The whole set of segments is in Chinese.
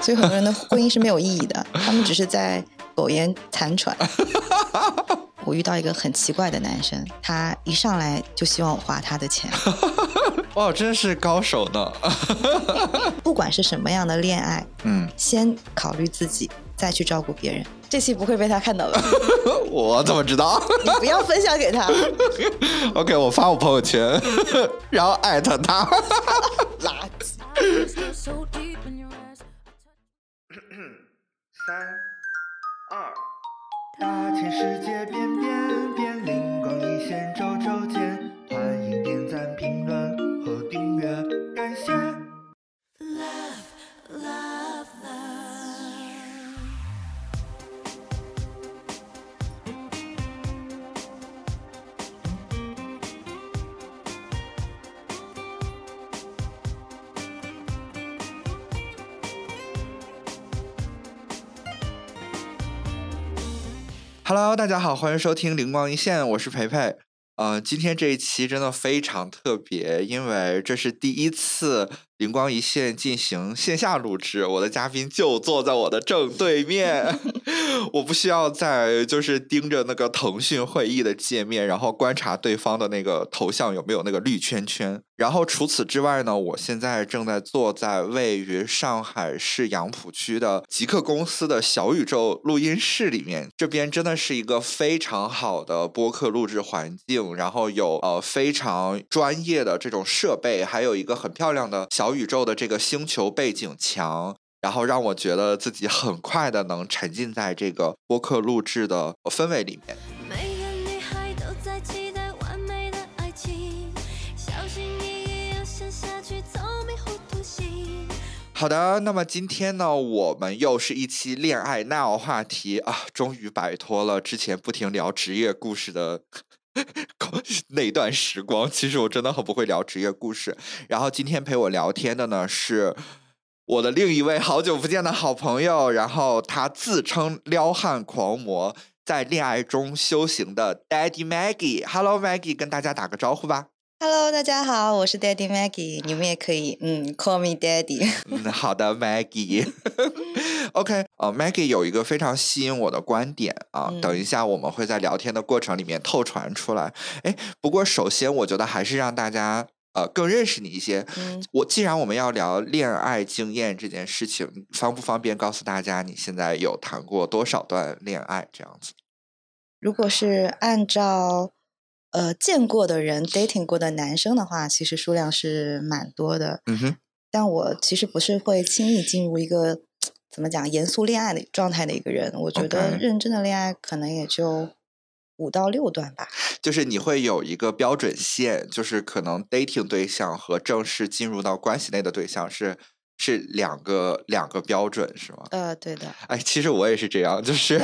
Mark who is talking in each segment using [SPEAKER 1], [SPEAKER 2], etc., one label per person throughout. [SPEAKER 1] 所以很多人的婚姻是没有意义的，他们只是在苟延残喘。我遇到一个很奇怪的男生，他一上来就希望我花他的钱，
[SPEAKER 2] 哇，真是高手呢。
[SPEAKER 1] 不管是什么样的恋爱，
[SPEAKER 2] 嗯，
[SPEAKER 1] 先考虑自己，再去照顾别人。这期不会被他看到的，
[SPEAKER 2] 我怎么知道
[SPEAKER 1] 你不要分享给他，
[SPEAKER 2] ？OK，我发我朋友圈，然后艾特他。
[SPEAKER 1] 垃圾。
[SPEAKER 3] 三二，大千世界变变变，灵光一现周周见。欢迎点赞、评论和订阅，感谢。
[SPEAKER 2] Hello，大家好，欢迎收听《灵光一现》，我是培培。呃，今天这一期真的非常特别，因为这是第一次《灵光一现》进行线下录制，我的嘉宾就坐在我的正对面， 我不需要再就是盯着那个腾讯会议的界面，然后观察对方的那个头像有没有那个绿圈圈。然后除此之外呢，我现在正在坐在位于上海市杨浦区的极客公司的小宇宙录音室里面，这边真的是一个非常好的播客录制环境，然后有呃非常专业的这种设备，还有一个很漂亮的小宇宙的这个星球背景墙，然后让我觉得自己很快的能沉浸在这个播客录制的呃氛围里面。
[SPEAKER 4] 每个女孩都在期待完美的爱情，小心翼翼要陷下去，总迷糊涂醒。
[SPEAKER 2] 好的，那么今天呢，我们又是一期恋爱 now 话题啊，终于摆脱了之前不停聊职业故事的 那段时光。其实我真的很不会聊职业故事。然后今天陪我聊天的呢是。我的另一位好久不见的好朋友，然后他自称撩汉狂魔，在恋爱中修行的 Daddy Maggie。Hello Maggie，跟大家打个招呼吧。
[SPEAKER 1] Hello，大家好，我是 Daddy Maggie，你们也可以嗯 call me Daddy。
[SPEAKER 2] 嗯， 好的，Maggie。OK，呃，Maggie 有一个非常吸引我的观点啊，
[SPEAKER 1] 嗯
[SPEAKER 2] 等一下我们会在聊天的过程里面透传出来。哎，不过首先我觉得还是让大家呃更认识你一些。
[SPEAKER 1] 嗯，
[SPEAKER 2] 我既然我们要聊恋爱经验这件事情，方不方便告诉大家你现在有谈过多少段恋爱这样子？
[SPEAKER 1] 如果是按照呃见过的人 dating 过的男生的话，其实数量是蛮多的。
[SPEAKER 2] 嗯哼，
[SPEAKER 1] 但我其实不是会轻易进入一个怎么讲严肃恋爱的状态的一个人。我觉得
[SPEAKER 2] OK
[SPEAKER 1] 认真的恋爱可能也就五到六段吧。
[SPEAKER 2] 就是你会有一个标准线，就是可能 dating 对象和正式进入到关系内的对象是是两个两个标准是吗？
[SPEAKER 1] 呃，对的，
[SPEAKER 2] 哎，其实我也是这样，就是，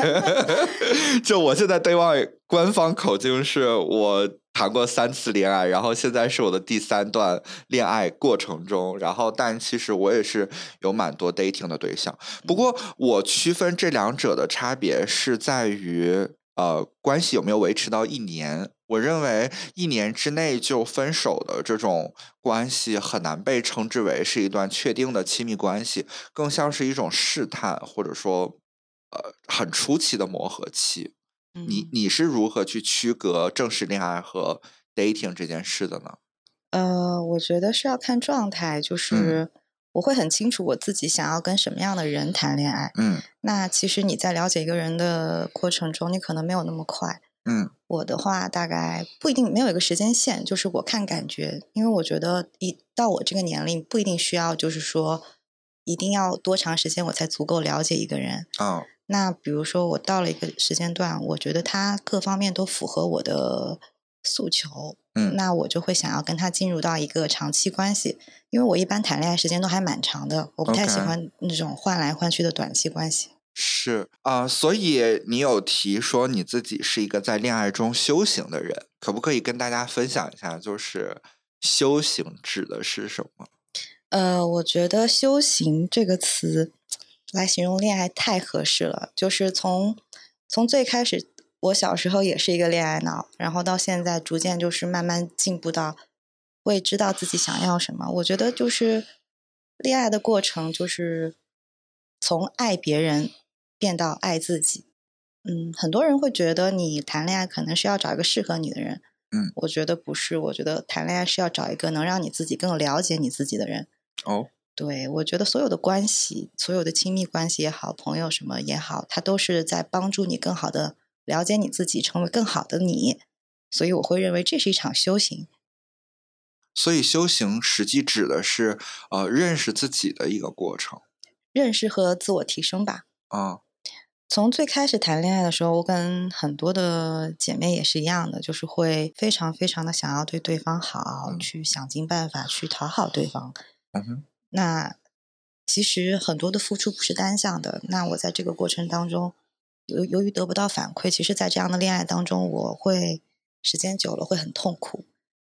[SPEAKER 2] 就我现在对外官方口径是我谈过三次恋爱，然后现在是我的第三段恋爱过程中，然后但其实我也是有蛮多 dating 的对象，不过我区分这两者的差别是在于，呃，关系有没有维持到一年。我认为一年之内就分手的这种关系很难被称之为是一段确定的亲密关系，更像是一种试探，或者说，呃，很初期的磨合期。你你是如何去区隔正式恋爱和 dating 这件事的呢？
[SPEAKER 1] 呃，我觉得是要看状态，就是我会很清楚我自己想要跟什么样的人谈恋爱。
[SPEAKER 2] 嗯
[SPEAKER 1] 那其实你在了解一个人的过程中，你可能没有那么快。
[SPEAKER 2] 嗯
[SPEAKER 1] 我的话，大概不一定没有一个时间线，就是我看感觉，因为我觉得一到我这个年龄，不一定需要，就是说一定要多长时间我才足够了解一个人。
[SPEAKER 2] 啊
[SPEAKER 1] 那比如说我到了一个时间段，我觉得他各方面都符合我的诉求，
[SPEAKER 2] 嗯
[SPEAKER 1] 那我就会想要跟他进入到一个长期关系，因为我一般谈恋爱时间都还蛮长的，我不太喜
[SPEAKER 2] OK
[SPEAKER 1] 欢那种换来换去的短期关系。
[SPEAKER 2] 是啊、所以你有提说你自己是一个在恋爱中修行的人，可不可以跟大家分享一下，就是修行指的是什么？
[SPEAKER 1] 呃，我觉得“修行”这个词来形容恋爱太合适了。就是从从最开始，我小时候也是一个恋爱脑，然后到现在逐渐就是慢慢进步到会知道自己想要什么。我觉得就是恋爱的过程，就是从爱别人变到爱自己。嗯，很多人会觉得你谈恋爱可能是要找一个适合你的人，
[SPEAKER 2] 嗯，
[SPEAKER 1] 我觉得不是，我觉得谈恋爱是要找一个能让你自己更了解你自己的人。
[SPEAKER 2] 哦，
[SPEAKER 1] 对，我觉得所有的关系，所有的亲密关系也好，朋友什么也好，它都是在帮助你更好的了解你自己，成为更好的你。所以我会认为这是一场修行。
[SPEAKER 2] 所以修行实际指的是呃认识自己的一个过程
[SPEAKER 1] 认识和自我提升吧。
[SPEAKER 2] 啊。
[SPEAKER 1] 从最开始谈恋爱的时候，我跟很多的姐妹也是一样的，就是会非常非常的想要对对方好，
[SPEAKER 2] 嗯
[SPEAKER 1] 去想尽办法去讨好对方。
[SPEAKER 2] 嗯哼，
[SPEAKER 1] 那其实很多的付出不是单向的。那我在这个过程当中，由由于得不到反馈，其实，在这样的恋爱当中，我会时间久了会很痛苦。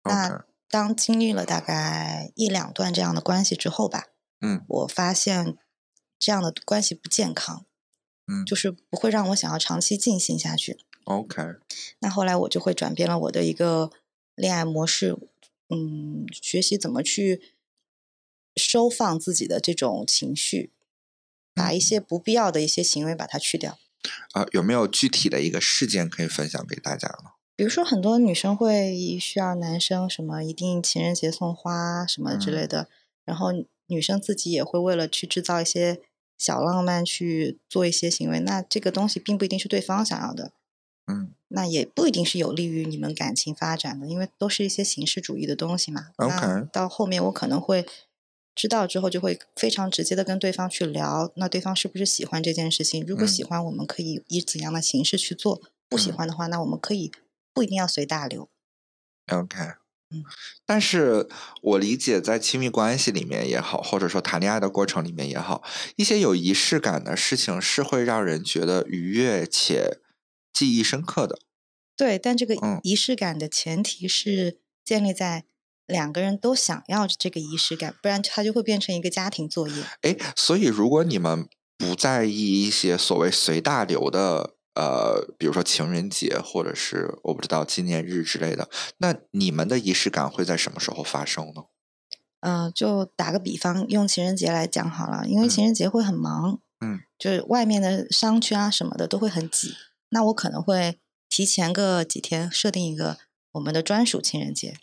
[SPEAKER 1] 那
[SPEAKER 2] OK
[SPEAKER 1] 当经历了大概一两段这样的关系之后吧，
[SPEAKER 2] 嗯，
[SPEAKER 1] 我发现这样的关系不健康，
[SPEAKER 2] 嗯
[SPEAKER 1] 就是不会让我想要长期进行下去。
[SPEAKER 2] OK，
[SPEAKER 1] 那后来我就会转变了我的一个恋爱模式，嗯，学习怎么去收放自己的这种情绪，把
[SPEAKER 2] 嗯
[SPEAKER 1] 一些不必要的一些行为把它去掉。
[SPEAKER 2] 啊、有没有具体的一个事件可以分享给大家呢？
[SPEAKER 1] 比如说，很多女生会需要男生什么一定情人节送花什么之
[SPEAKER 2] 嗯
[SPEAKER 1] 类的，然后女生自己也会为了去制造一些小浪漫去做一些行为，那这个东西并不一定是对方想要的，
[SPEAKER 2] 嗯，
[SPEAKER 1] 那也不一定是有利于你们感情发展的，因为都是一些形式主义的东西嘛。那
[SPEAKER 2] OK
[SPEAKER 1] 到后面我可能会知道之后，就会非常直接的跟对方去聊，那对方是不是喜欢这件事情？如果
[SPEAKER 2] 嗯
[SPEAKER 1] 喜欢，我们可以以怎样的形式去做；不喜
[SPEAKER 2] 嗯
[SPEAKER 1] 欢的话，那我们可以不一定要随大流。
[SPEAKER 2] OK，
[SPEAKER 1] 嗯
[SPEAKER 2] 但是我理解，在亲密关系里面也好，或者说谈恋爱的过程里面也好，一些有仪式感的事情是会让人觉得愉悦且记忆深刻的。
[SPEAKER 1] 对，但这个
[SPEAKER 2] 嗯
[SPEAKER 1] 仪式感的前提是建立在两个人都想要这个仪式感，不然它就会变成一个家庭作业。
[SPEAKER 2] 诶，所以如果你们不在意一些所谓随大流的，呃，比如说情人节或者是我不知道纪念日之类的，那你们的仪式感会在什么时候发生呢？
[SPEAKER 1] 呃，就打个比方，用情人节来讲好了，因为
[SPEAKER 2] 嗯
[SPEAKER 1] 情人节会很忙，
[SPEAKER 2] 嗯，
[SPEAKER 1] 就是外面的商圈啊什么的都会很挤，那我可能会提前个几天设定一个我们的专属情人节。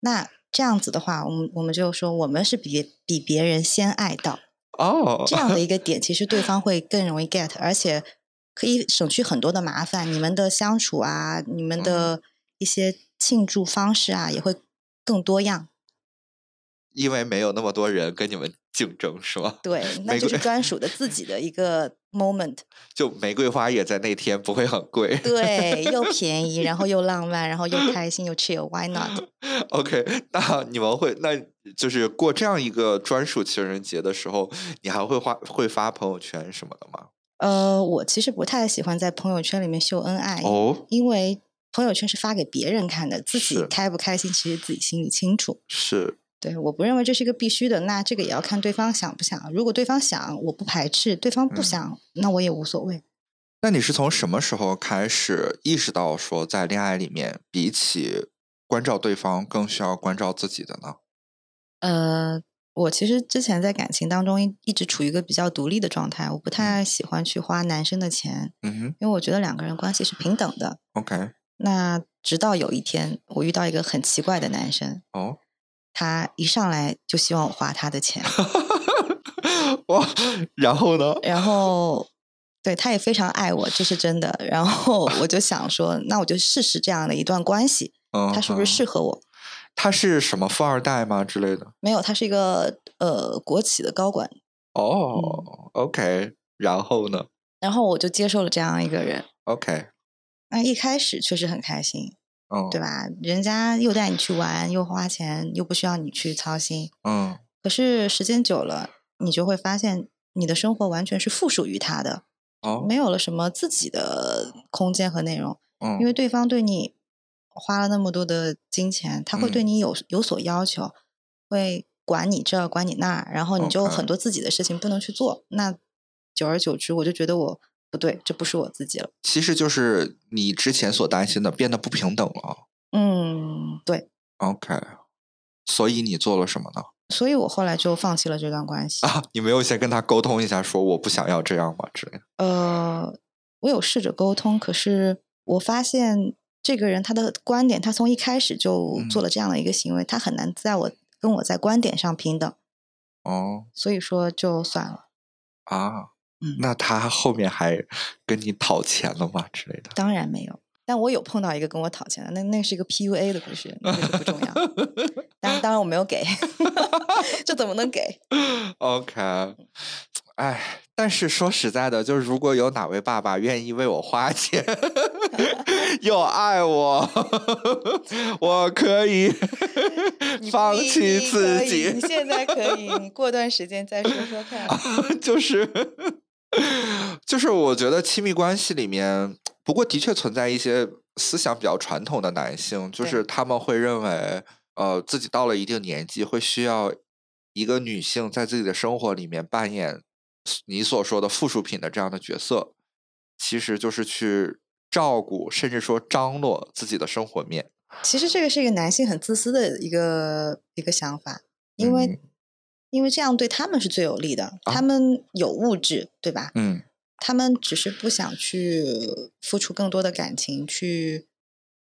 [SPEAKER 1] 那这样子的话，我们我们就说我们是比别比别人先爱 到
[SPEAKER 2] 哦，
[SPEAKER 1] 这样的一个点，其实对方会更容易 get，而且可以省去很多的麻烦。你们的相处啊，你
[SPEAKER 2] 嗯
[SPEAKER 1] 们的一些庆祝方式啊，也会更多样。
[SPEAKER 2] 因为没有那么多人跟你们竞争，是吗？
[SPEAKER 1] 对，那
[SPEAKER 2] 玫
[SPEAKER 1] 就是
[SPEAKER 2] 瑰
[SPEAKER 1] 专属的自己的一个 moment。
[SPEAKER 2] 就玫瑰花也在那天不会很贵。
[SPEAKER 1] 对，又便宜，然后又浪漫，然后又开心又 chill，why not？
[SPEAKER 2] OK，那你们会，那就是过这样一个专属情人节的时候，你还会发会发朋友圈什么的吗？
[SPEAKER 1] 呃，我其实不太喜欢在朋友圈里面秀恩爱，
[SPEAKER 2] 哦，
[SPEAKER 1] 因为朋友圈是发给别人看的，自己
[SPEAKER 2] 是
[SPEAKER 1] 开不开心其实自己心里清楚。
[SPEAKER 2] 是，
[SPEAKER 1] 对，我不认为这是一个必须的，那这个也要看对方想不想。如果对方想，我不排斥；对方不
[SPEAKER 2] 嗯
[SPEAKER 1] 想，那我也无所谓。
[SPEAKER 2] 那你是从什么时候开始意识到说，在恋爱里面，比起关照对方，更需要关照自己的呢？
[SPEAKER 1] 呃，我其实之前在感情当中一一直处于一个比较独立的状态，我不太喜欢去花男生的钱，
[SPEAKER 2] 嗯
[SPEAKER 1] 因为我觉得两个人关系是平等的。
[SPEAKER 2] 哼，OK，
[SPEAKER 1] 那直到有一天，我遇到一个很奇怪的男生，
[SPEAKER 2] 哦，
[SPEAKER 1] 他一上来就希望我花他的钱，
[SPEAKER 2] 哇，然后呢？
[SPEAKER 1] 然后对他也非常爱我，这是真的。然后我就想说，那我就试试这样的一段关系，
[SPEAKER 2] 嗯，
[SPEAKER 1] 他是不是适？合我？
[SPEAKER 2] 他是什么富二代吗之类的？
[SPEAKER 1] 没有，他是一个呃国企的高管。
[SPEAKER 2] 哦、o
[SPEAKER 1] 嗯
[SPEAKER 2] k 然后呢
[SPEAKER 1] 然后我就接受了这样一个人。
[SPEAKER 2] ？OK，
[SPEAKER 1] 那一开始确实很开心，
[SPEAKER 2] 嗯，
[SPEAKER 1] 对吧？人家又带你去玩，又花钱，又不需要你去操心。
[SPEAKER 2] 嗯
[SPEAKER 1] 可是时间久了，你就会发现你的生活完全是附属于他的，
[SPEAKER 2] 哦，
[SPEAKER 1] 没有了什么自己的空间和内容。
[SPEAKER 2] 嗯，
[SPEAKER 1] 因为对方对你花了那么多的金钱，他会对
[SPEAKER 2] 嗯
[SPEAKER 1] 你有有所要求，会管你这管你那，然后你就
[SPEAKER 2] OK
[SPEAKER 1] 很多自己的事情不能去做。那久而久之，我就觉得我不对，这不是我自己了。
[SPEAKER 2] 其实就是你之前所担心的变得不平等了。
[SPEAKER 1] 嗯，对，
[SPEAKER 2] OK，所以你做了什么呢？
[SPEAKER 1] 所以我后来就放弃了这段关系。
[SPEAKER 2] 啊，你没有先跟他沟通一下，说我不想要这样吗？之类的。
[SPEAKER 1] 呃，我有试着沟通，可是我发现这个人他的观点，他从一开始就做
[SPEAKER 2] 嗯
[SPEAKER 1] 了这样的一个行为，他很难在我跟我在观点上平等，
[SPEAKER 2] 哦
[SPEAKER 1] 所以说就算了。
[SPEAKER 2] 啊，
[SPEAKER 1] 嗯
[SPEAKER 2] 那他后面还跟你讨钱了吗？之类的。
[SPEAKER 1] 当然没有，但我有碰到一个跟我讨钱的，那那是一个 PUA 的故事，那个就不 重要。但当然我没有给， 这怎么能给？
[SPEAKER 2] OK，哎，但是说实在的，就是如果有哪位爸爸愿意为我花钱， 又爱我， 我可以
[SPEAKER 1] 你
[SPEAKER 2] 放
[SPEAKER 1] 你
[SPEAKER 2] 弃
[SPEAKER 1] 你
[SPEAKER 2] 自
[SPEAKER 1] 可以
[SPEAKER 2] 己
[SPEAKER 1] 你。现在可以，你过段时间再说说 看。
[SPEAKER 2] 就是就是，我觉得亲密关系里面，不过的确存在一些思想比较传统的男性，就
[SPEAKER 1] 对
[SPEAKER 2] 是他们会认为，呃，自己到了一定年纪会需要一个女性在自己的生活里面扮演你所说的附属品的这样的角色，其实就是去照顾，甚至说张罗自己的生活面。
[SPEAKER 1] 其实这个是一个男性很自私的一个一个想法，因为、
[SPEAKER 2] 嗯啊
[SPEAKER 1] 因为这样对他们是最有利的，他们有物质，对吧？
[SPEAKER 2] 嗯
[SPEAKER 1] 他们只是不想去付出更多的感情去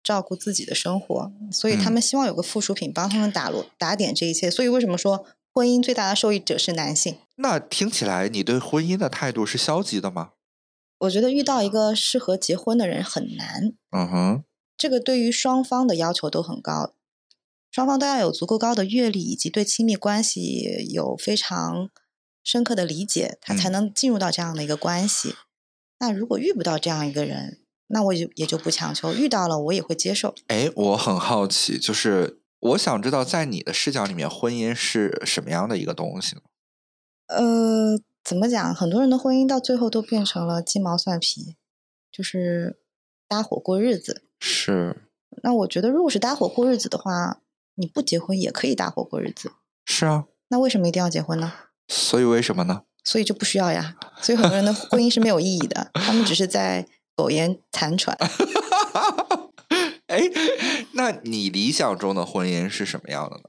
[SPEAKER 1] 照顾自己的生活，所以他
[SPEAKER 2] 嗯
[SPEAKER 1] 们希望有个附属品帮他们打罗打点这一切。所以为什么说婚姻最大的受益者是男性？
[SPEAKER 2] 那听起来你对婚姻的态度是消极的吗？
[SPEAKER 1] 我觉得遇到一个适合结婚的人很难，
[SPEAKER 2] 嗯哼，
[SPEAKER 1] 这个对于双方的要求都很高，双方都要有足够高的阅历以及对亲密关系有非常深刻的理解，他才
[SPEAKER 2] 嗯
[SPEAKER 1] 能进入到这样的一个关系。那如果遇不到这样一个人，那我也也就不强求，遇到了我也会接受。
[SPEAKER 2] 哎，我很好奇，就是我想知道，在你的视角里面，婚姻是什么样的一个东西呢？
[SPEAKER 1] 呃，怎么讲？很多人的婚姻到最后都变成了鸡毛蒜皮，就是搭伙过日子。
[SPEAKER 2] 是
[SPEAKER 1] 那我觉得，如果是搭伙过日子的话，你不结婚也可以搭伙过日子。
[SPEAKER 2] 是啊，
[SPEAKER 1] 那为什么一定要结婚呢？
[SPEAKER 2] 所以为什么呢？
[SPEAKER 1] 所以就不需要呀。所以很多人的婚姻是没有意义的，他们只是在苟延残喘。
[SPEAKER 2] 哎，那你理想中的婚姻是什么样的呢？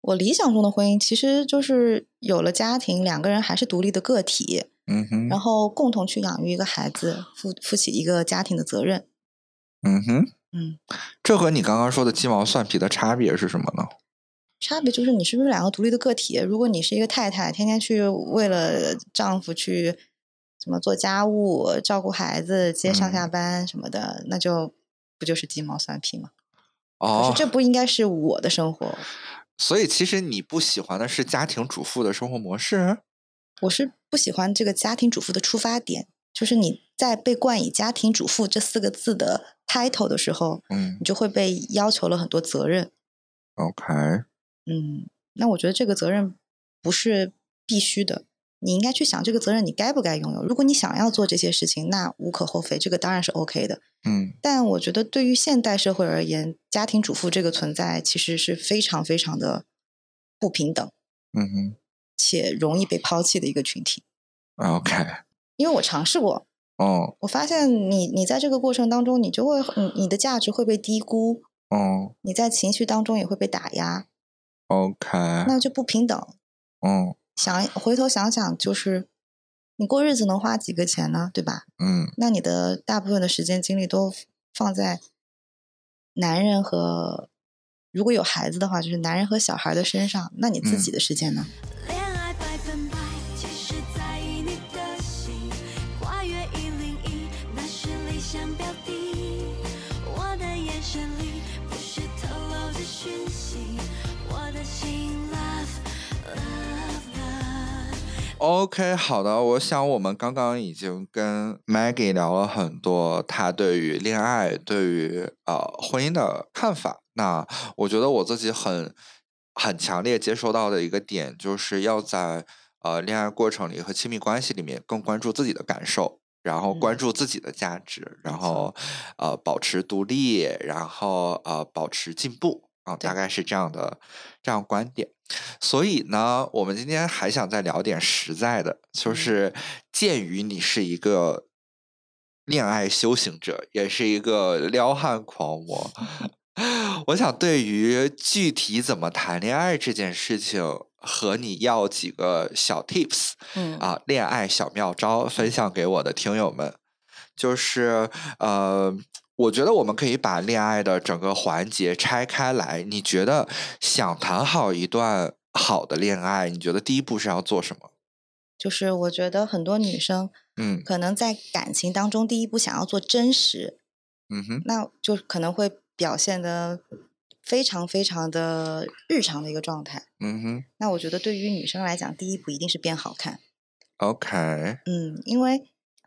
[SPEAKER 1] 我理想中的婚姻其实就是有了家庭，两个人还是独立的个体，
[SPEAKER 2] 嗯哼，
[SPEAKER 1] 然后共同去养育一个孩子，负负起一个家庭的责任。
[SPEAKER 2] 嗯哼，
[SPEAKER 1] 嗯，
[SPEAKER 2] 这和你刚刚说的鸡毛蒜皮的差别是什么呢？
[SPEAKER 1] 差别就是你是不是两个独立的个体？如果你是一个太太，天天去为了丈夫去什么做家务、照顾孩子、接上
[SPEAKER 2] 嗯
[SPEAKER 1] 下班什么的，那就不就是鸡毛蒜皮吗？可
[SPEAKER 2] 哦
[SPEAKER 1] 是，这不应该是我的生活，
[SPEAKER 2] 所以其实你不喜欢的是家庭主妇的生活模式。啊
[SPEAKER 1] 我是不喜欢这个家庭主妇的出发点，就是你在被冠以“家庭主妇”这四个字的 title 的时候，
[SPEAKER 2] 嗯
[SPEAKER 1] 你就会被要求了很多责任。
[SPEAKER 2] ，OK，
[SPEAKER 1] 嗯，那我觉得这个责任不是必须的，你应该去想这个责任你该不该拥有。如果你想要做这些事情，那无可厚非，这个当然是 OK 的。
[SPEAKER 2] 嗯，
[SPEAKER 1] 但我觉得对于现代社会而言，家庭主妇这个存在其实是非常非常的不平等，
[SPEAKER 2] 嗯
[SPEAKER 1] 且容易被抛弃的一个群体。
[SPEAKER 2] 哼，OK，
[SPEAKER 1] 因为我尝试过，
[SPEAKER 2] 哦
[SPEAKER 1] 我发现你，你在这个过程当中，你就会，你你的价值会被低估，
[SPEAKER 2] 哦
[SPEAKER 1] 你在情绪当中也会被打压，
[SPEAKER 2] ，OK，
[SPEAKER 1] 那就不平等。
[SPEAKER 2] 嗯
[SPEAKER 1] 想回头想想，就是你过日子能花几个钱呢，对吧？
[SPEAKER 2] 嗯
[SPEAKER 1] 那你的大部分的时间精力都放在男人和如果有孩子的话，就是男人和小孩的身上，那你
[SPEAKER 2] 嗯
[SPEAKER 1] 自己的时间呢？
[SPEAKER 4] 恋爱百分百，其实在意你的心。跨越一零一，那是理想标的。我的眼神里不是透露着讯息，我的心 love love love。
[SPEAKER 2] OK，好的，我想我们刚刚已经跟 Maggie 聊了很多，她对于恋爱、对于呃婚姻的看法。那我觉得我自己很很强烈接收到的一个点，就是要在呃恋爱过程里和亲密关系里面更关注自己的感受，然后关
[SPEAKER 1] 嗯
[SPEAKER 2] 注自己的价值，然
[SPEAKER 1] 没错
[SPEAKER 2] 后呃保持独立，然后呃保持进步啊，大
[SPEAKER 1] 对
[SPEAKER 2] 概是这样的这样观点。所以呢，我们今天还想再聊点实在的，就
[SPEAKER 1] 嗯
[SPEAKER 2] 是鉴于你是一个恋爱修行者，也是一个撩汉狂魔，我想对于具体怎么谈恋爱这件事情，和你要几个小 tips
[SPEAKER 1] 嗯
[SPEAKER 2] 啊，恋爱小妙招分享给我的听友们。就是呃，我觉得我们可以把恋爱的整个环节拆开来。你觉得想谈好一段好的恋爱，你觉得第一步是要做什么？
[SPEAKER 1] 就是我觉得很多女生
[SPEAKER 2] 嗯
[SPEAKER 1] 可能在感情当中，第一步想要做真实，
[SPEAKER 2] 嗯哼
[SPEAKER 1] 那就可能会表现的非常非常的日常的一个状态。
[SPEAKER 2] 嗯哼
[SPEAKER 1] 那我觉得对于女生来讲，第一步一定是变好看。
[SPEAKER 2] ，OK，
[SPEAKER 1] 嗯，因为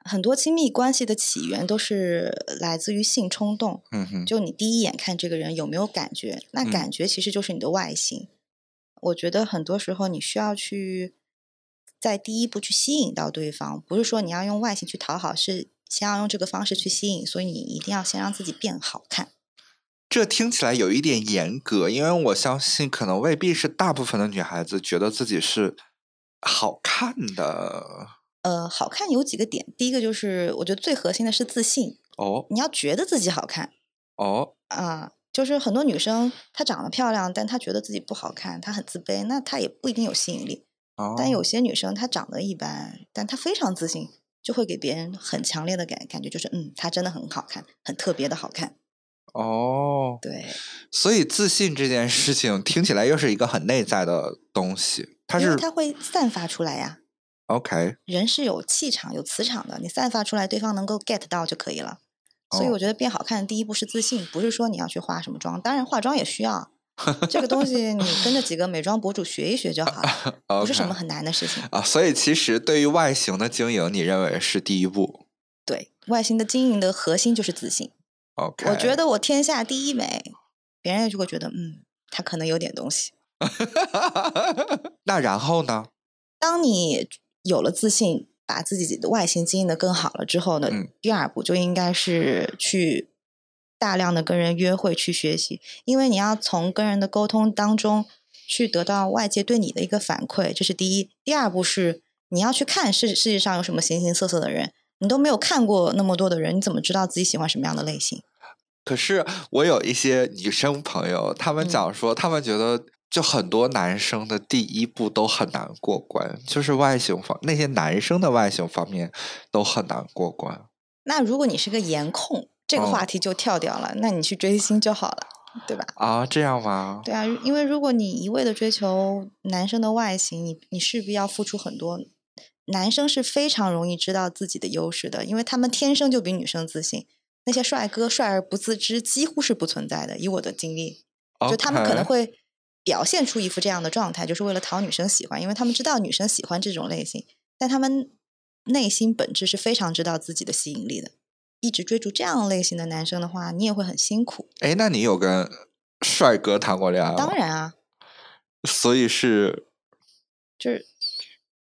[SPEAKER 1] 很多亲密关系的起源都是来自于性冲动。
[SPEAKER 2] 嗯哼，
[SPEAKER 1] 就你第一眼看这个人有没有感觉，那
[SPEAKER 2] 嗯
[SPEAKER 1] 感觉其实就是你的外形。我觉得很多时候你需要去在第一步去吸引到对方，不是说你要用外形去讨好，是先要用这个方式去吸引，所以你一定要先让自己变好看。
[SPEAKER 2] 这听起来有一点严格，因为我相信可能未必是大部分的女孩子觉得自己是好看的
[SPEAKER 1] 呃，好看有几个点，第一个就是我觉得最核心的是自信，
[SPEAKER 2] 哦
[SPEAKER 1] 你要觉得自己好看。
[SPEAKER 2] 哦，
[SPEAKER 1] 啊、就是很多女生她长得漂亮，但她觉得自己不好看，她很自卑，那她也不一定有吸引力。
[SPEAKER 2] 哦
[SPEAKER 1] 但有些女生她长得一般，但她非常自信，就会给别人很强烈的感感觉，就是嗯，她真的很好看，很特别的好看。
[SPEAKER 2] 哦，
[SPEAKER 1] 对，
[SPEAKER 2] 所以自信这件事情听起来又是一个很内在的东西，它
[SPEAKER 1] 因为
[SPEAKER 2] 是
[SPEAKER 1] 她会散发出来呀、
[SPEAKER 2] OK
[SPEAKER 1] 人是有气场、有磁场的，你散发出来，对方能够 get 到就可以了。所以
[SPEAKER 2] 哦
[SPEAKER 1] 我觉得变好看的第一步是自信，不是说你要去化什么妆，当然化妆也需要，这个东西你跟着几个美妆博主学一学就好了，不是什
[SPEAKER 2] OK
[SPEAKER 1] 么很难的事情。
[SPEAKER 2] 啊，所以其实对于外形的经营，你认为是第一步
[SPEAKER 1] 对外形的经营的核心就是自信。
[SPEAKER 2] OK？
[SPEAKER 1] 我觉得我天下第一美，别人就会觉得，嗯，他可能有点东西。
[SPEAKER 2] 得， 那然后呢？
[SPEAKER 1] 当你有了自信，把自己的外形经营的更好了之后呢，
[SPEAKER 2] 嗯
[SPEAKER 1] 第二步就应该是去大量的跟人约会，去学习，因为你要从跟人的沟通当中去得到外界对你的一个反馈，这是第一。第二步是你要去看世世界上有什么形形色色的人。你都没有看过那么多的人，你怎么知道自己喜欢什么样的类型？
[SPEAKER 2] 可是我有一些女生朋友，她们
[SPEAKER 1] 嗯
[SPEAKER 2] 讲说，她们觉得就很多男生的第一步都很难过关，就是外形方那些男生的外形方面都很难过关。
[SPEAKER 1] 那如果你是个颜控，这个
[SPEAKER 2] 哦
[SPEAKER 1] 话题就跳掉了，那你去追星就好了，对吧？
[SPEAKER 2] 啊，这样吗？
[SPEAKER 1] 对啊，因为如果你一味的追求男生的外形，你你势必要付出很多。男生是非常容易知道自己的优势的，因为他们天生就比女生自信。那些帅哥帅而不自知几乎是不存在的，以我的经历，就他们可能
[SPEAKER 2] OK
[SPEAKER 1] 会表现出一副这样的状态，就是为了讨女生喜欢，因为他们知道女生喜欢这种类型，但他们内心本质是非常知道自己的吸引力的。一直追逐这样类型的男生的话，你也会很辛苦。
[SPEAKER 2] 哎，那你有跟帅哥谈过恋爱吗？
[SPEAKER 1] 当，然啊，
[SPEAKER 2] 所以是
[SPEAKER 1] 就是，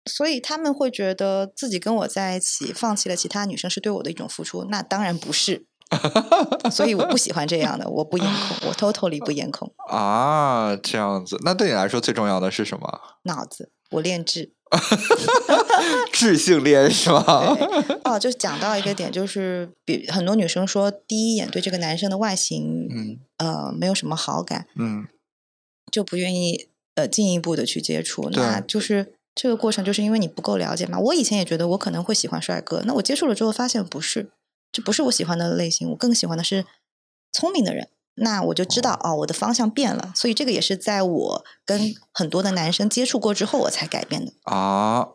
[SPEAKER 1] 所以他们会觉得自己跟我在一起，放弃了其他女生是对我的一种付出，那当然不是。所以我不喜欢这样的，我不颜控，我 totally 不颜控，
[SPEAKER 2] 啊，这样子。那对你来说最重要的是什么？
[SPEAKER 1] 脑子我练智。
[SPEAKER 2] 智性恋是 吗？
[SPEAKER 1] 对，哦，就是讲到一个点，就是比很多女生说第一眼对这个男生的外形，
[SPEAKER 2] 嗯
[SPEAKER 1] 呃，没有什么好感，
[SPEAKER 2] 嗯
[SPEAKER 1] 就不愿意呃进一步的去接触，
[SPEAKER 2] 对
[SPEAKER 1] 那就是这个过程，就是因为你不够了解嘛。我以前也觉得我可能会喜欢帅哥，那我接触了之后发现不是，这不是我喜欢的类型，我更喜欢的是聪明的人。那我就知道哦，我的方向变了，所以这个也是在我跟很多的男生接触过之后我才改变的。
[SPEAKER 2] 啊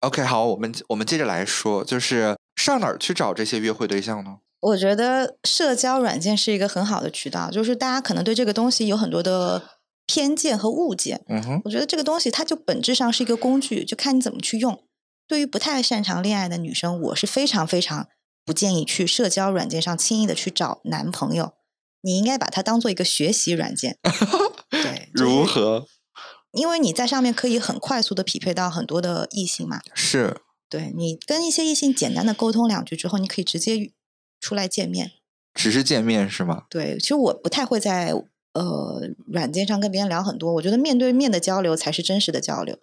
[SPEAKER 2] ，OK，好，我们我们接着来说，就是上哪儿去找这些约会对象呢？
[SPEAKER 1] 我觉得社交软件是一个很好的渠道，就是大家可能对这个东西有很多的偏见和误解，
[SPEAKER 2] 嗯哼，
[SPEAKER 1] 我觉得这个东西它就本质上是一个工具，就看你怎么去用。对于不太擅长恋爱的女生，我是非常非常不建议去社交软件上轻易的去找男朋友。你应该把它当做一个学习软 件，对，就是
[SPEAKER 2] 如？何？
[SPEAKER 1] 因为你在上面可以很快速的匹配到很多的异性嘛。
[SPEAKER 2] 是
[SPEAKER 1] 对你跟一些异性简单的沟通两句之后，你可以直接出来见面。
[SPEAKER 2] 只是见面是吗？
[SPEAKER 1] 对，其实我不太会在呃软件上跟别人聊很多，我觉得面对面的交流才是真实的交流。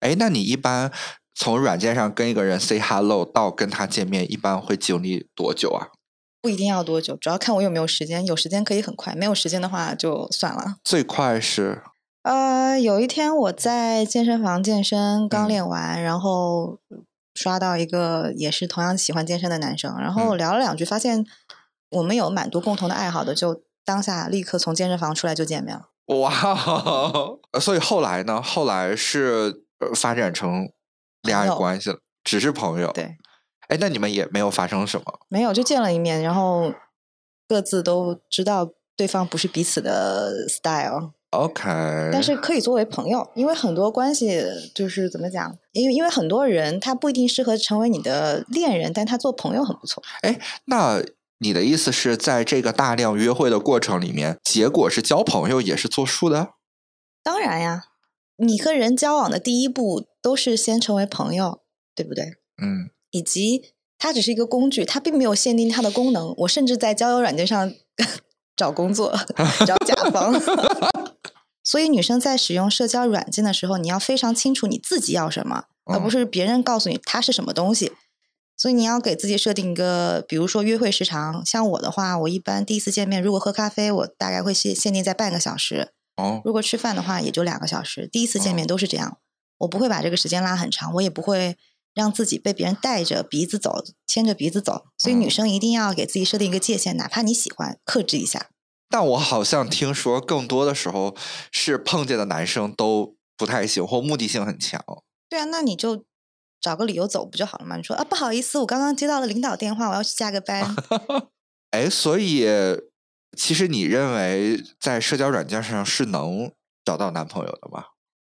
[SPEAKER 2] 哎，那你一般从软件上跟一个人 say hello 到跟他见面，一般会经历多久啊？
[SPEAKER 1] 不一定要多久，主要看我有没有时间。有时间可以很快，没有时间的话就算了。
[SPEAKER 2] 最快是
[SPEAKER 1] 呃，有一天我在健身房健身，刚
[SPEAKER 2] 嗯
[SPEAKER 1] 练完，然后刷到一个也是同样喜欢健身的男生，然后
[SPEAKER 2] 嗯
[SPEAKER 1] 聊了两句，发现我们有蛮多共同的爱好的，就当下立刻从健身房出来就见面了。
[SPEAKER 2] 哇哦！ 呃所以后来呢？后来是呃发展成恋爱
[SPEAKER 1] 朋友
[SPEAKER 2] 关系了，只是朋友。
[SPEAKER 1] 对，
[SPEAKER 2] 哎，那你们也没有发生什么？
[SPEAKER 1] 没有就见了一面，然后各自都知道对方不是彼此的 style，
[SPEAKER 2] OK，
[SPEAKER 1] 但是可以作为朋友，因为很多关系就是怎么讲，因为因为很多人他不一定适合成为你的恋人，但他做朋友很不错。
[SPEAKER 2] 那你的意思是在这个大量约会的过程里面，结果是交朋友也是作数的？
[SPEAKER 1] 当然呀，你和人交往的第一步都是先成为朋友，对不对？
[SPEAKER 2] 嗯，
[SPEAKER 1] 以及它只是一个工具，它并没有限定它的功能。我甚至在交友软件上 找工作，找甲方。 所以，女生在使用社交软件的时候，你要非常清楚你自己要什么，而不
[SPEAKER 2] 嗯
[SPEAKER 1] 是别人告诉你它是什么东西。所以，你要给自己设定一个，比如说约会时长。像我的话，我一般第一次见面，如果喝咖啡，我大概会限限定在半个小时。
[SPEAKER 2] 哦，
[SPEAKER 1] 如果吃饭的话，也就两个小时。第一次见面都是这样，我不会把这个时间拉很长，我也不会让自己被别人带着鼻子走，牵着鼻子走。所以
[SPEAKER 2] 嗯
[SPEAKER 1] 女生一定要给自己设定一个界限，哪怕你喜欢，克制一下。
[SPEAKER 2] 但我好像听说，更多的时候是碰见的男生都不太行，或目的性很强。
[SPEAKER 1] 对啊，那你就找个理由走不就好了吗？你说啊，不好意思，我刚刚接到了领导电话，我要去加个班。
[SPEAKER 2] 哎，所以其实你认为在社交软件上是能找到男朋友的吗？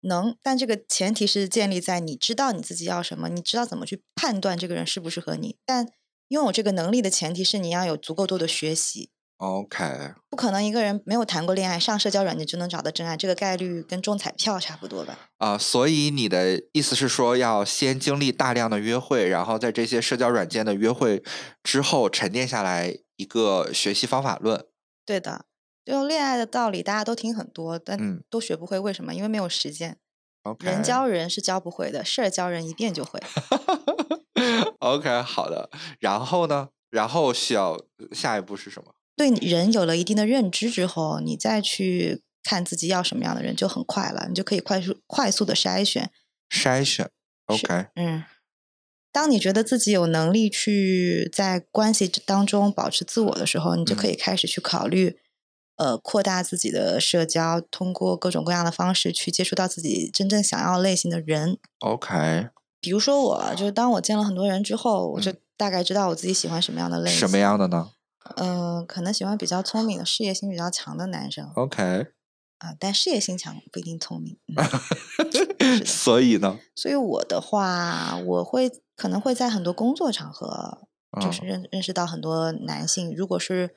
[SPEAKER 1] 能，但这个前提是建立在你知道你自己要什么，你知道怎么去判断这个人适不适合你。但拥有这个能力的前提是你要有足够多的学习，
[SPEAKER 2] OK，
[SPEAKER 1] 不可能一个人没有谈过恋爱，上社交软件就能找到真爱，这个概率跟中彩票差不多吧？
[SPEAKER 2] 啊、所以你的意思是说，要先经历大量的约会，然后在这些社交软件的约会之后沉淀下来一个学习方法论。
[SPEAKER 1] 对的，就恋爱的道理大家都听很多，但
[SPEAKER 2] 嗯
[SPEAKER 1] 都学不会，为什么？因为没有实践。
[SPEAKER 2] OK，
[SPEAKER 1] 人教人是教不会的，事儿教人一遍就会。
[SPEAKER 2] OK，好的。然后呢？然后需要下一步是什么？
[SPEAKER 1] 对人有了一定的认知之后，你再去看自己要什么样的人就很快了，你就可以快速快速的筛选。
[SPEAKER 2] 筛选。
[SPEAKER 1] 是
[SPEAKER 2] OK，
[SPEAKER 1] 嗯，当你觉得自己有能力去在关系之当中保持自我的时候，你就可
[SPEAKER 2] 嗯
[SPEAKER 1] 以开始去考虑，呃，扩大自己的社交，通过各种各样的方式去接触到自己真正想要类型的人。
[SPEAKER 2] OK，
[SPEAKER 1] 比如说我，就是当我见了很多人之后，我就大概知道我自己喜欢什么样的类型。
[SPEAKER 2] 嗯什么？样的呢
[SPEAKER 1] 嗯、可能喜欢比较聪明的、事业心比较强的男生
[SPEAKER 2] ？OK，
[SPEAKER 1] 啊、但事业心强不一定聪明。
[SPEAKER 2] 啊
[SPEAKER 1] 嗯是的
[SPEAKER 2] 所以呢？
[SPEAKER 1] 所以我的话，我会可能会在很多工作场合
[SPEAKER 2] 嗯
[SPEAKER 1] 就是认认识到很多男性，如果是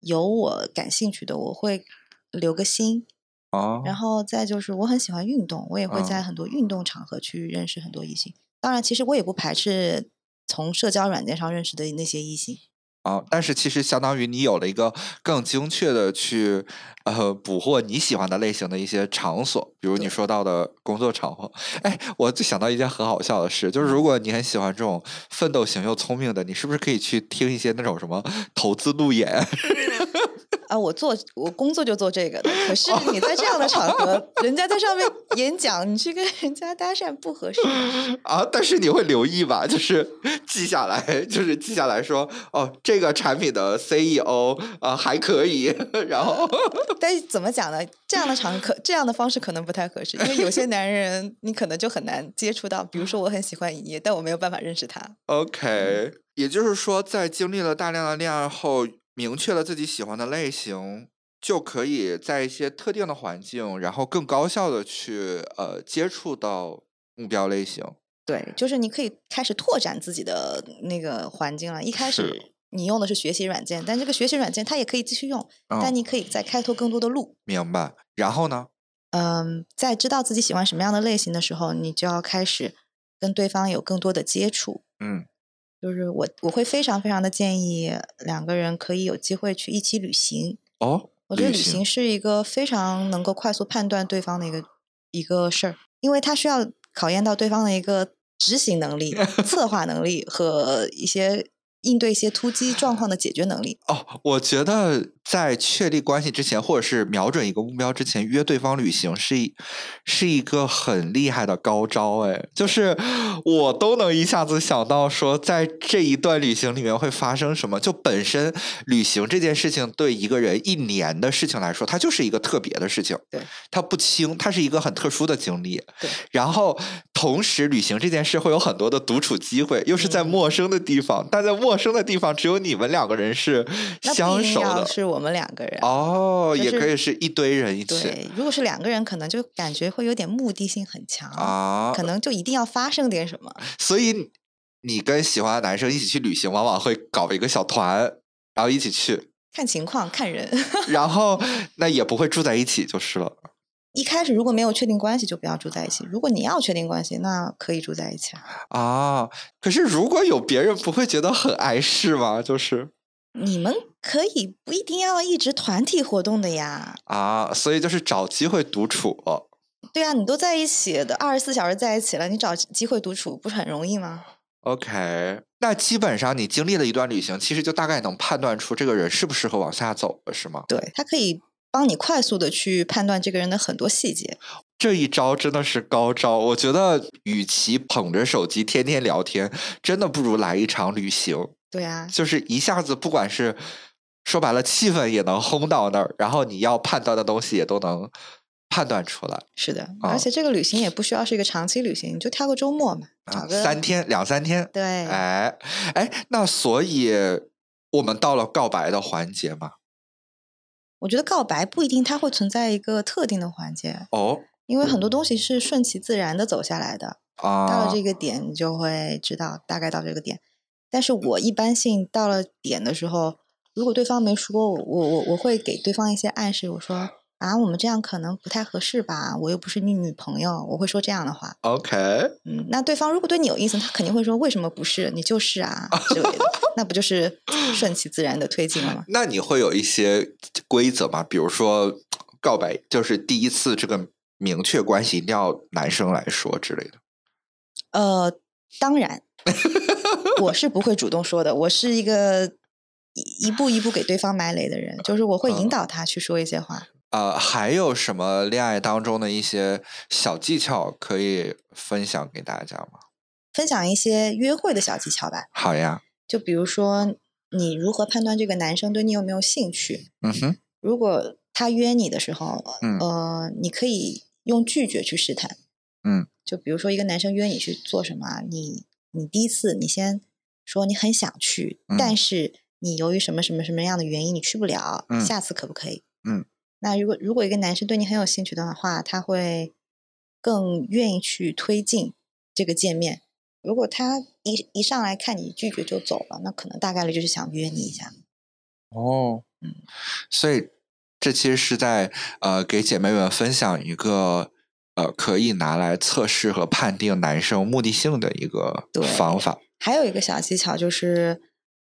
[SPEAKER 1] 有我感兴趣的，我会留个心。
[SPEAKER 2] 哦，
[SPEAKER 1] 然后再就是我很喜欢运动，我也会
[SPEAKER 2] 嗯
[SPEAKER 1] 在很多运动场合去认识很多异性。当然，其实我也不排斥从社交软件上认识的那些异性。
[SPEAKER 2] 啊，但是其实相当于你有了一个更精确的去呃捕获你喜欢的类型的一些场所，比如你
[SPEAKER 1] 对
[SPEAKER 2] 说到的工作场合。哎，我就想到一件很好笑的事，就是如果你很喜欢这种奋斗型又聪明的，你是不是可以去听一些那种什么投资路演？
[SPEAKER 1] 啊，我做我工作就做这个的，可是
[SPEAKER 2] 哦
[SPEAKER 1] 你在这样的场 合，人家在上面演讲，你去跟人家搭讪不合适。
[SPEAKER 2] 啊，但是你会留意吧，就是记下来，就是记下来说，哦，这个产品的 CEO 啊、还可以， 然后
[SPEAKER 1] 但是怎么讲呢？这样的场合可这样的方式可能不太合适，因为有些男人你可能就很难接触到。比如说，我很喜欢尹烨，但我没有办法认识他。
[SPEAKER 2] OK，也就是说，在经历了大量的恋爱后，明确了自己喜欢的类型，就可以在一些特定的环境，然后更高效的去呃接触到目标类型。
[SPEAKER 1] 对，就是你可以开始拓展自己的那个环境了。一开
[SPEAKER 2] 是
[SPEAKER 1] 始你用的是学习软件，但这个学习软件它也可以继续用，但
[SPEAKER 2] 嗯
[SPEAKER 1] 你可以再开拓更多的路。
[SPEAKER 2] 明白。然后呢？
[SPEAKER 1] 嗯，在知道自己喜欢什么样的类型的时候，你就要开始跟对方有更多的接触。
[SPEAKER 2] 嗯，
[SPEAKER 1] 就是我我会非常非常的建议两个人可以有机会去一起旅行。
[SPEAKER 2] 哦，
[SPEAKER 1] 我觉得旅行是一个非常能够快速判断对方的一个一个事儿，因为它需 要考验到对方的一个执行能力、策划能力和一些应对一些突击状况的解决能力。
[SPEAKER 2] 哦，我觉得在确立关系之前，或者是瞄准一个目标之前，约对方旅行是一是一个很厉害的高招。哎，就是我都能一下子想到说，在这一段旅行里面会发生什么。就本身旅行这件事情对一个人一年的事情来说，它就是一个特别的事情，
[SPEAKER 1] 对，
[SPEAKER 2] 它不轻，它是一个很特殊的经历。
[SPEAKER 1] 对，
[SPEAKER 2] 然后同时旅行这件事会有很多的独处机会，又是在
[SPEAKER 1] 嗯
[SPEAKER 2] 陌生的地方，但在陌生的地方只有你们两个人是
[SPEAKER 1] 那
[SPEAKER 2] 相
[SPEAKER 1] 不一定
[SPEAKER 2] 熟
[SPEAKER 1] 要
[SPEAKER 2] 的。
[SPEAKER 1] 是我们两个人。
[SPEAKER 2] 哦，
[SPEAKER 1] 就
[SPEAKER 2] 也可
[SPEAKER 1] 是
[SPEAKER 2] 以是一堆人一起
[SPEAKER 1] 对，如果是两个人，可能就感觉会有点目的性很强，
[SPEAKER 2] 啊
[SPEAKER 1] 可，能就一定要发生点 什么。
[SPEAKER 2] 所以你跟喜欢的男生一起去旅行，往往会搞一个小团，然后一 起去，
[SPEAKER 1] 看情况，看人。
[SPEAKER 2] 然后那也不会住在一起就是了。
[SPEAKER 1] 一开始如果没有确定关系，就不要住在一起；如果你要确定关系，那可以住在一起啊。
[SPEAKER 2] 啊，可是如果有别人，不会觉得很碍事吗？就是
[SPEAKER 1] 你们可以不一定要一直团体活动的呀。
[SPEAKER 2] 啊，所以就是找机会独处。
[SPEAKER 1] 对啊，你都在一起的，二十四小时在一起了，你找机会独处不是很容易吗？
[SPEAKER 2] OK，那基本上你经历了一段旅行，其实就大概能判断出这个人适不适合往下走了，是吗？
[SPEAKER 1] 对，它可以帮你快速的去判断这个人的很多细节。
[SPEAKER 2] 这一招真的是高招，我觉得与其捧着手机天天聊天，真的不如来一场旅行，
[SPEAKER 1] 对啊，
[SPEAKER 2] 就是一下子不管是说白了气氛也能轰到那儿，然后你要判断的东西也都能判断出来
[SPEAKER 1] 是的，
[SPEAKER 2] 啊
[SPEAKER 1] 而且这个旅行也不需要是一个长期旅行，你就挑个周末嘛，
[SPEAKER 2] 啊
[SPEAKER 1] 找，个、
[SPEAKER 2] 三天两三天，
[SPEAKER 1] 对，
[SPEAKER 2] 哎哎，那所以我们到了告白的环节嘛，
[SPEAKER 1] 我觉得告白不一定它会存在一个特定的环节，
[SPEAKER 2] 哦
[SPEAKER 1] 因为很多东西是顺其自然的走下来的。
[SPEAKER 2] 啊，
[SPEAKER 1] 到了这个点，你就会知道大概到这个点。但是我一般性到了点的时候，如果对方没说，我我我我会给对方一些暗示，我说啊，我们这样可能不太合适吧，我又不是你女朋友，我会说这样的话。
[SPEAKER 2] OK，
[SPEAKER 1] 嗯，那对方如果对你有意思，他肯定会说为什么不是你就是啊之类的，那不就是顺其自然的推进了 吗？
[SPEAKER 2] 那你会有一些规则吗？比如说告白，就是第一次这个明确关系一定要男生来说之类的。
[SPEAKER 1] 呃，当然，我是不会主动说的，我是一个一一步一步给对方埋雷的人，就是我会引导他去说一些话。
[SPEAKER 2] 呃，还有什么恋爱当中的一些小技巧可以分享给大家吗？
[SPEAKER 1] 分享一些约会的小技巧吧，
[SPEAKER 2] 好呀，
[SPEAKER 1] 就比如说你如何判断这个男生对你有没有兴趣。
[SPEAKER 2] 嗯哼，
[SPEAKER 1] 如果他约你的时候，
[SPEAKER 2] 嗯
[SPEAKER 1] 呃，你可以用拒绝去试探。
[SPEAKER 2] 嗯，
[SPEAKER 1] 就比如说一个男生约你去做什么啊，你你第一次你先说你很想去，
[SPEAKER 2] 嗯
[SPEAKER 1] 但是你由于什么什么什么样的原因你去不了，
[SPEAKER 2] 嗯
[SPEAKER 1] 下次可不可以？
[SPEAKER 2] 嗯，
[SPEAKER 1] 那如果如果一个男生对你很有兴趣的话，他会更愿意去推进这个见面。如果他一一上来看你拒绝就走了，那可能大概率就是想约你一下。
[SPEAKER 2] 哦，
[SPEAKER 1] 嗯，
[SPEAKER 2] 所以这其实是在呃给姐妹们分享一个呃可以拿来测试和判定男生目的性的一个
[SPEAKER 1] 对
[SPEAKER 2] 方法。
[SPEAKER 1] 还有一个小技巧就是，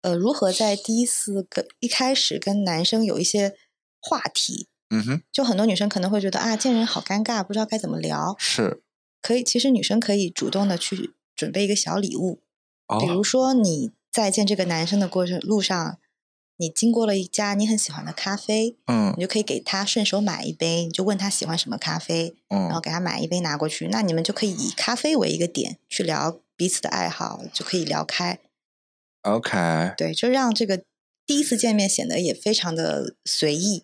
[SPEAKER 1] 呃，如何在第一次跟一开始跟男生有一些话题。
[SPEAKER 2] 嗯哼，
[SPEAKER 1] 就很多女生可能会觉得啊，见人好尴尬，不知道该怎么聊。
[SPEAKER 2] 是
[SPEAKER 1] 可以，其实女生可以主动的去准备一个小礼物，
[SPEAKER 2] 哦
[SPEAKER 1] 比如说你在见这个男生的过程路上，你经过了一家你很喜欢的咖啡，
[SPEAKER 2] 嗯
[SPEAKER 1] 你就可以给他顺手买一杯，你就问他喜欢什么咖啡，然后
[SPEAKER 2] 嗯
[SPEAKER 1] 给他买一杯拿过去。那你们就可以以咖啡为一个点去聊彼此的爱好，就可以聊开。
[SPEAKER 2] ，OK。
[SPEAKER 1] 对，就让这个第一次见面显得也非常的随意，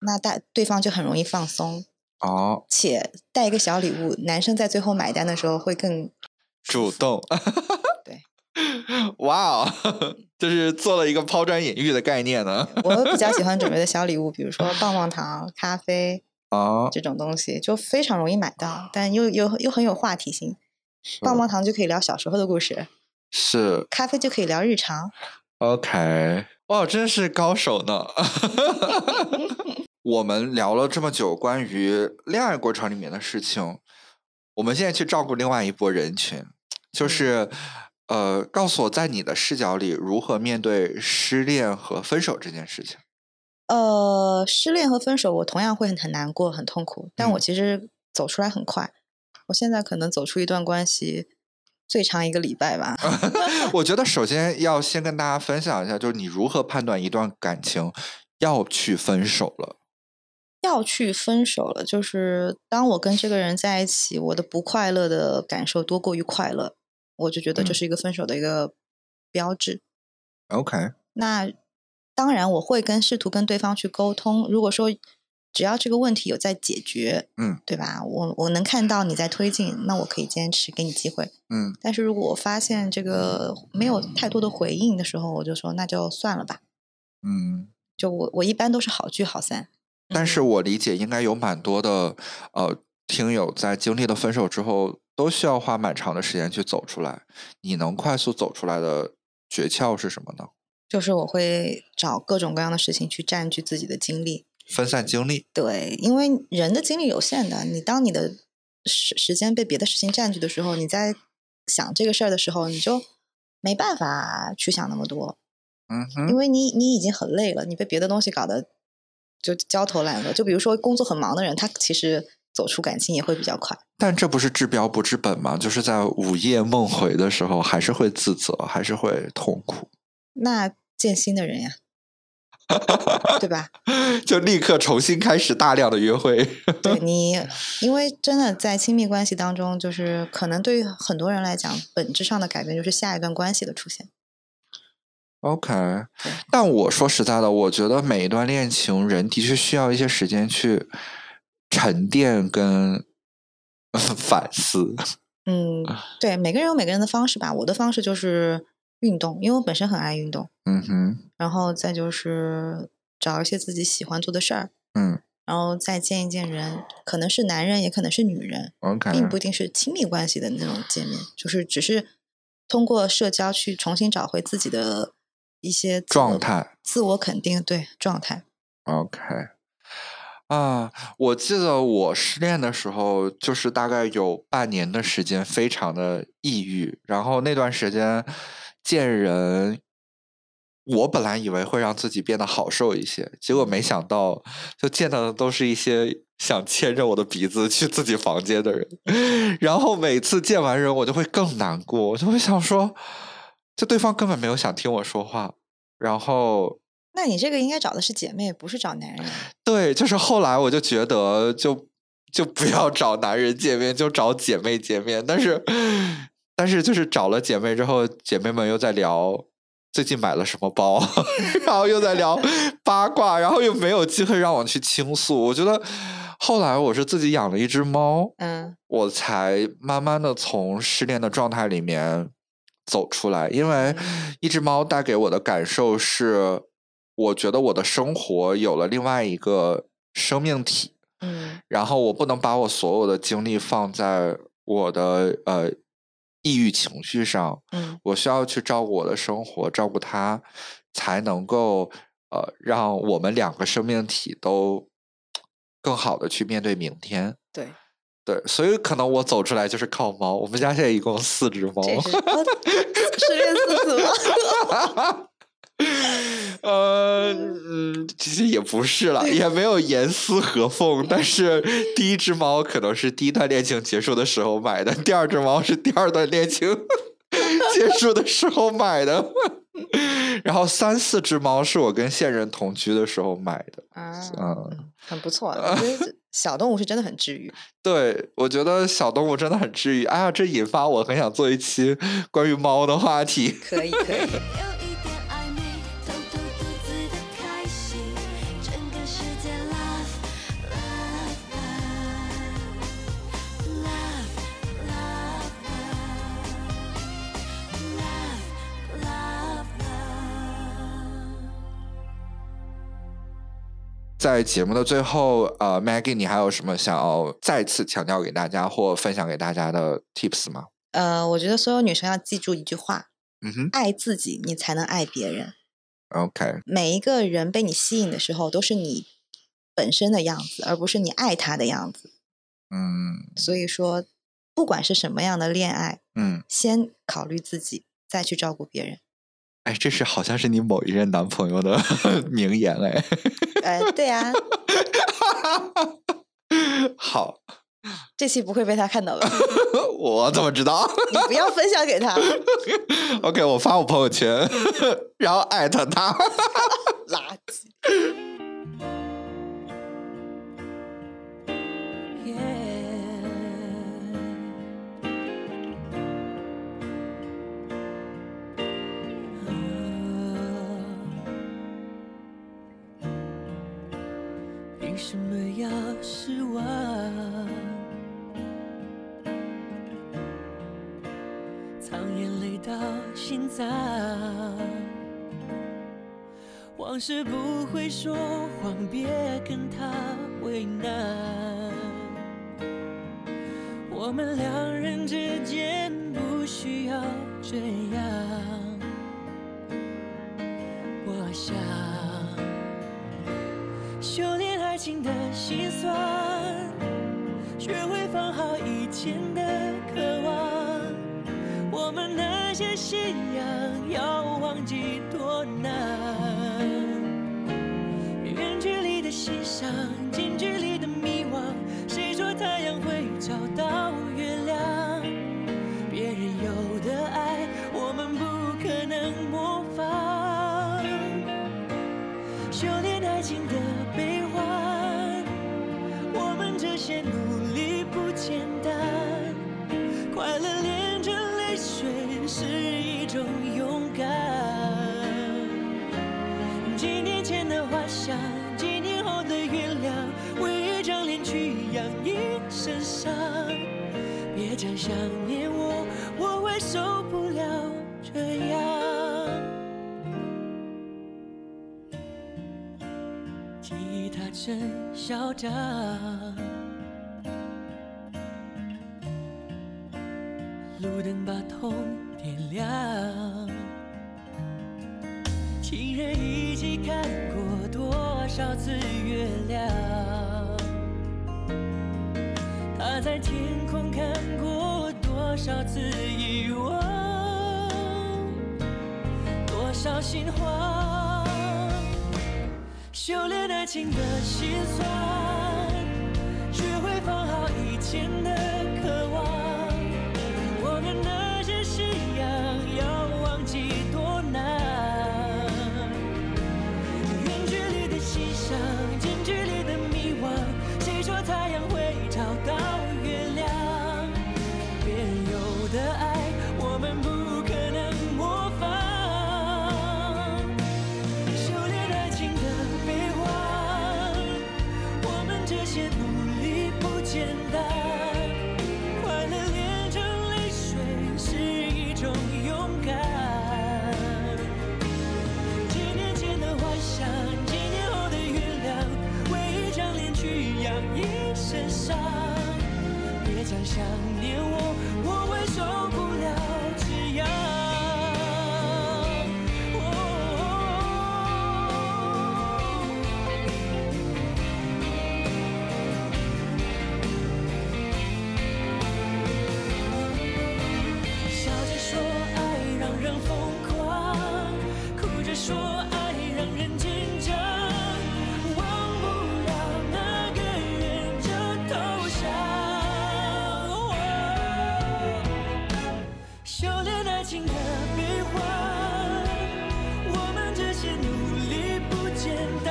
[SPEAKER 1] 那大对方就很容易放松，
[SPEAKER 2] 哦，
[SPEAKER 1] 且带一个小礼物，男生在最后买单的时候会更
[SPEAKER 2] 主 动，
[SPEAKER 1] 对，
[SPEAKER 2] 哇哦， 就是做了一个抛砖引玉的概念 呢。
[SPEAKER 1] 我比较喜欢准备的小礼物，比如说棒棒糖、咖啡
[SPEAKER 2] 哦，
[SPEAKER 1] 这种东西，就非常容易买到，但又又又很有话题性。棒棒糖就可以聊小时候的故事，
[SPEAKER 2] 是
[SPEAKER 1] 咖啡就可以聊日常。
[SPEAKER 2] OK，哇，真是高手呢。 我们聊了这么久关于恋爱过程里面的事情，我们现在去照顾另外一波人群，就是呃，告诉我在你的视角里如何面对失恋和分手这件事情。
[SPEAKER 1] 呃，失恋和分手，我同样会很很难过、很
[SPEAKER 2] 嗯
[SPEAKER 1] 痛苦，但我其实走出来很快。我现在可能走出一段关系，最长一个礼拜吧。
[SPEAKER 2] 啊我觉得首先要先跟大家分享一下，就是你如何判断一段感情要去分手了。
[SPEAKER 1] 要去分手了，就是当我跟这个人在一起，我的不快乐的感受多过于快乐，我就觉得这
[SPEAKER 2] 嗯
[SPEAKER 1] 是一个分手的一个标志。
[SPEAKER 2] OK，
[SPEAKER 1] 那当然，我会跟试图跟对方去沟通。如果说只要这个问题有在解决，
[SPEAKER 2] 嗯，
[SPEAKER 1] 对吧？我我能看到你在推进，那我可以坚持给你机会。
[SPEAKER 2] 嗯
[SPEAKER 1] 但是如果我发现这个没有太多的回应的时候，我就说那就算了吧。
[SPEAKER 2] 嗯，
[SPEAKER 1] 就我我一般都是好聚好散。嗯
[SPEAKER 2] 但是我理解应该有蛮多的呃听友在经历了分手之后，都需要花蛮长的时间去走出来。你能快速走出来的诀窍是什么呢？
[SPEAKER 1] 就是我会找各种各样的事情去占据自己的精力，
[SPEAKER 2] 分散精力。
[SPEAKER 1] 对，因为人的精力有限的，你当你的时时间被别的事情占据的时候，你在想这个事儿的时候，你就没办法去想那么多，
[SPEAKER 2] 嗯
[SPEAKER 1] 因
[SPEAKER 2] 哼，
[SPEAKER 1] 为你你已经很累了，你被别的东西搞得就焦头烂额。就比如说工作很忙的人，他其实走出感情也会比较快。
[SPEAKER 2] 但这不是治标不治本吗？就是在午夜梦回的时候，还是会自责，还是会痛苦，
[SPEAKER 1] 那见新的人呀，对吧？
[SPEAKER 2] 就立刻重新开始大量的约会。
[SPEAKER 1] 对你，因为真的在亲密关系当中，就是可能对于很多人来讲，本质上的改变就是下一段关系的出现。
[SPEAKER 2] OK，
[SPEAKER 1] 对
[SPEAKER 2] 但我说实在的，我觉得每一段恋情，人的确需要一些时间去沉淀跟 反思。
[SPEAKER 1] 嗯，对，每个人有每个人的方式吧。我的方式就是运动，因为我本身很爱运动，
[SPEAKER 2] 嗯哼，
[SPEAKER 1] 然后再就是找一些自己喜欢做的事儿，
[SPEAKER 2] 嗯
[SPEAKER 1] 然后再见一见人，可能是男人，也可能是女人，
[SPEAKER 2] ，OK，
[SPEAKER 1] 并不一定是亲密关系的那种见面，就是只是通过社交去重新找回自己的一些自我
[SPEAKER 2] 状、态
[SPEAKER 1] 自我肯定，对状态。
[SPEAKER 2] OK。啊，我记得我失恋的时候，就是大概有半年的时间非常的抑郁，然后那段时间见人，我本来以为会让自己变得好受一些，结果没想到就见到的都是一些想牵着我的鼻子去自己房间的人，然后每次见完人，我就会更难过，我就会想说，就对方根本没有想听我说话，然后
[SPEAKER 1] 那你这个应该找的是姐妹，不是找男人啊呀。
[SPEAKER 2] 对，就是后来我就觉得就就不要找男人见面，就找姐妹见面。但是但是就是找了姐妹之后，姐妹们又在聊最近买了什么包， 然后又在聊八卦，然后又没有机会让我去倾诉。我觉得后来我是自己养了一只猫，
[SPEAKER 1] 嗯
[SPEAKER 2] 我才慢慢的从失恋的状态里面走出来，因为一只猫带给我的感受是，我觉得我的生活有了另外一个生命体，
[SPEAKER 1] 嗯
[SPEAKER 2] 然后我不能把我所有的精力放在我的呃抑郁情绪上，
[SPEAKER 1] 嗯
[SPEAKER 2] 我需要去照顾我的生活，照顾它，才能够呃让我们两个生命体都更好的去面对明天。
[SPEAKER 1] 对，
[SPEAKER 2] 对，所以可能我走出来就是靠猫。我们家现在一共四只猫，
[SPEAKER 1] 这是 哦失恋四次 吗？
[SPEAKER 2] 呃，嗯，其实也不是了，也没有严丝合缝。但是第一只猫可能是第一段恋情结束的时候买的，第二只猫是第二段恋情结束的时候买的， 然后三四只猫是我跟现任同居的时候买的。
[SPEAKER 1] 啊，
[SPEAKER 2] 嗯
[SPEAKER 1] 嗯很不错了。我觉 得小动物是真的很治愈。
[SPEAKER 2] 对，我觉得小动物真的很治愈。哎呀，这引发我很想做一期关于猫的话题。
[SPEAKER 1] 可以，可以。
[SPEAKER 4] 有一点暧昧，偷偷独自的开心，整个世界 love love love love love love love love。
[SPEAKER 2] 在节目的最后，呃，Maggie，你还有什么想要再次强调给大家或分享给大家的 tips 吗？
[SPEAKER 1] 呃，我觉得所有女生要记住一句话：
[SPEAKER 2] 嗯哼
[SPEAKER 1] 爱自己，你才能爱别人。
[SPEAKER 2] ，OK，
[SPEAKER 1] 每一个人被你吸引的时候，都是你本身的样子，而不是你爱他的样子。
[SPEAKER 2] 嗯
[SPEAKER 1] 所以说，不管是什么样的恋爱，
[SPEAKER 2] 嗯，
[SPEAKER 1] 先考虑自己，再去照顾别人。
[SPEAKER 2] 哎，这是好像是你某一任男朋友的 名言哎，
[SPEAKER 1] 呃，对啊，
[SPEAKER 2] 好，
[SPEAKER 1] 这期不会被他看到吧？
[SPEAKER 2] 我怎么知道
[SPEAKER 1] 你不要分享给他，
[SPEAKER 2] ？OK，我发我朋友圈， 然后艾特他。
[SPEAKER 1] 垃圾。
[SPEAKER 4] Yeah 凭什么要失望？藏眼泪到心脏，往事不会说谎，别跟他为难。我们两人之间不需要这样。我想修炼爱情的心酸，学会放好以前的渴望。我们那些信仰要忘记多难。远距离的欣赏，近距离的迷惘。谁说太阳会找到月亮？别人有的爱，我们不可能模仿。修炼爱情的悲欢，我们这些努力不简单。快乐炼成泪水是一种勇敢。几年前的花香，几年后的月亮，为一张脸去养一身伤。别再想念我，我会受不了这样。记忆它真嚣张，路灯把痛点亮。情人一起看过多少次月亮？他在天空看过多少次遗忘？多少心慌？修炼爱情的心酸，学会放好以前的渴望。我们那些信仰，要忘记多难。远距离的欣赏，近距离的迷惘，谁说太阳会找到月亮？别人有的爱，我们不可能模仿。修炼爱情的悲欢，我们这些努力不简单。快乐炼成泪水是一种勇敢。几年前的幻想，几年后的月亮，为一张脸去养一身伤。别再想念我，我会受不了这样。哦笑着说爱让人疯狂，哭着说爱让人紧张，忘不了那个人这头哦像。修炼爱情的悲欢，我们这些努力不简单。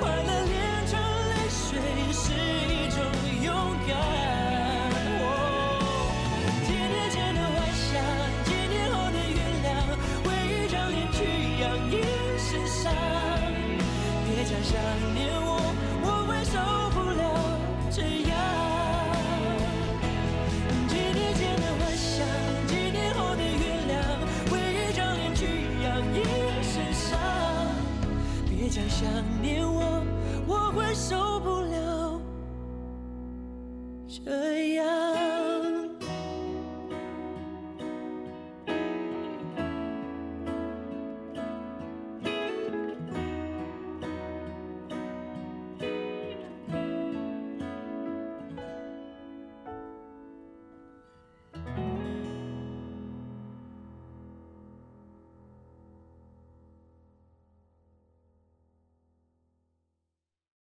[SPEAKER 4] 快乐炼成泪水是一种勇敢。几年前的幻想，几年后的月亮，为一张脸去养一身伤。别再想念我，我会受不了这样。几年前的幻想，几年后的月亮，为一张脸去养一身伤。别再想念我，我会受不了这样。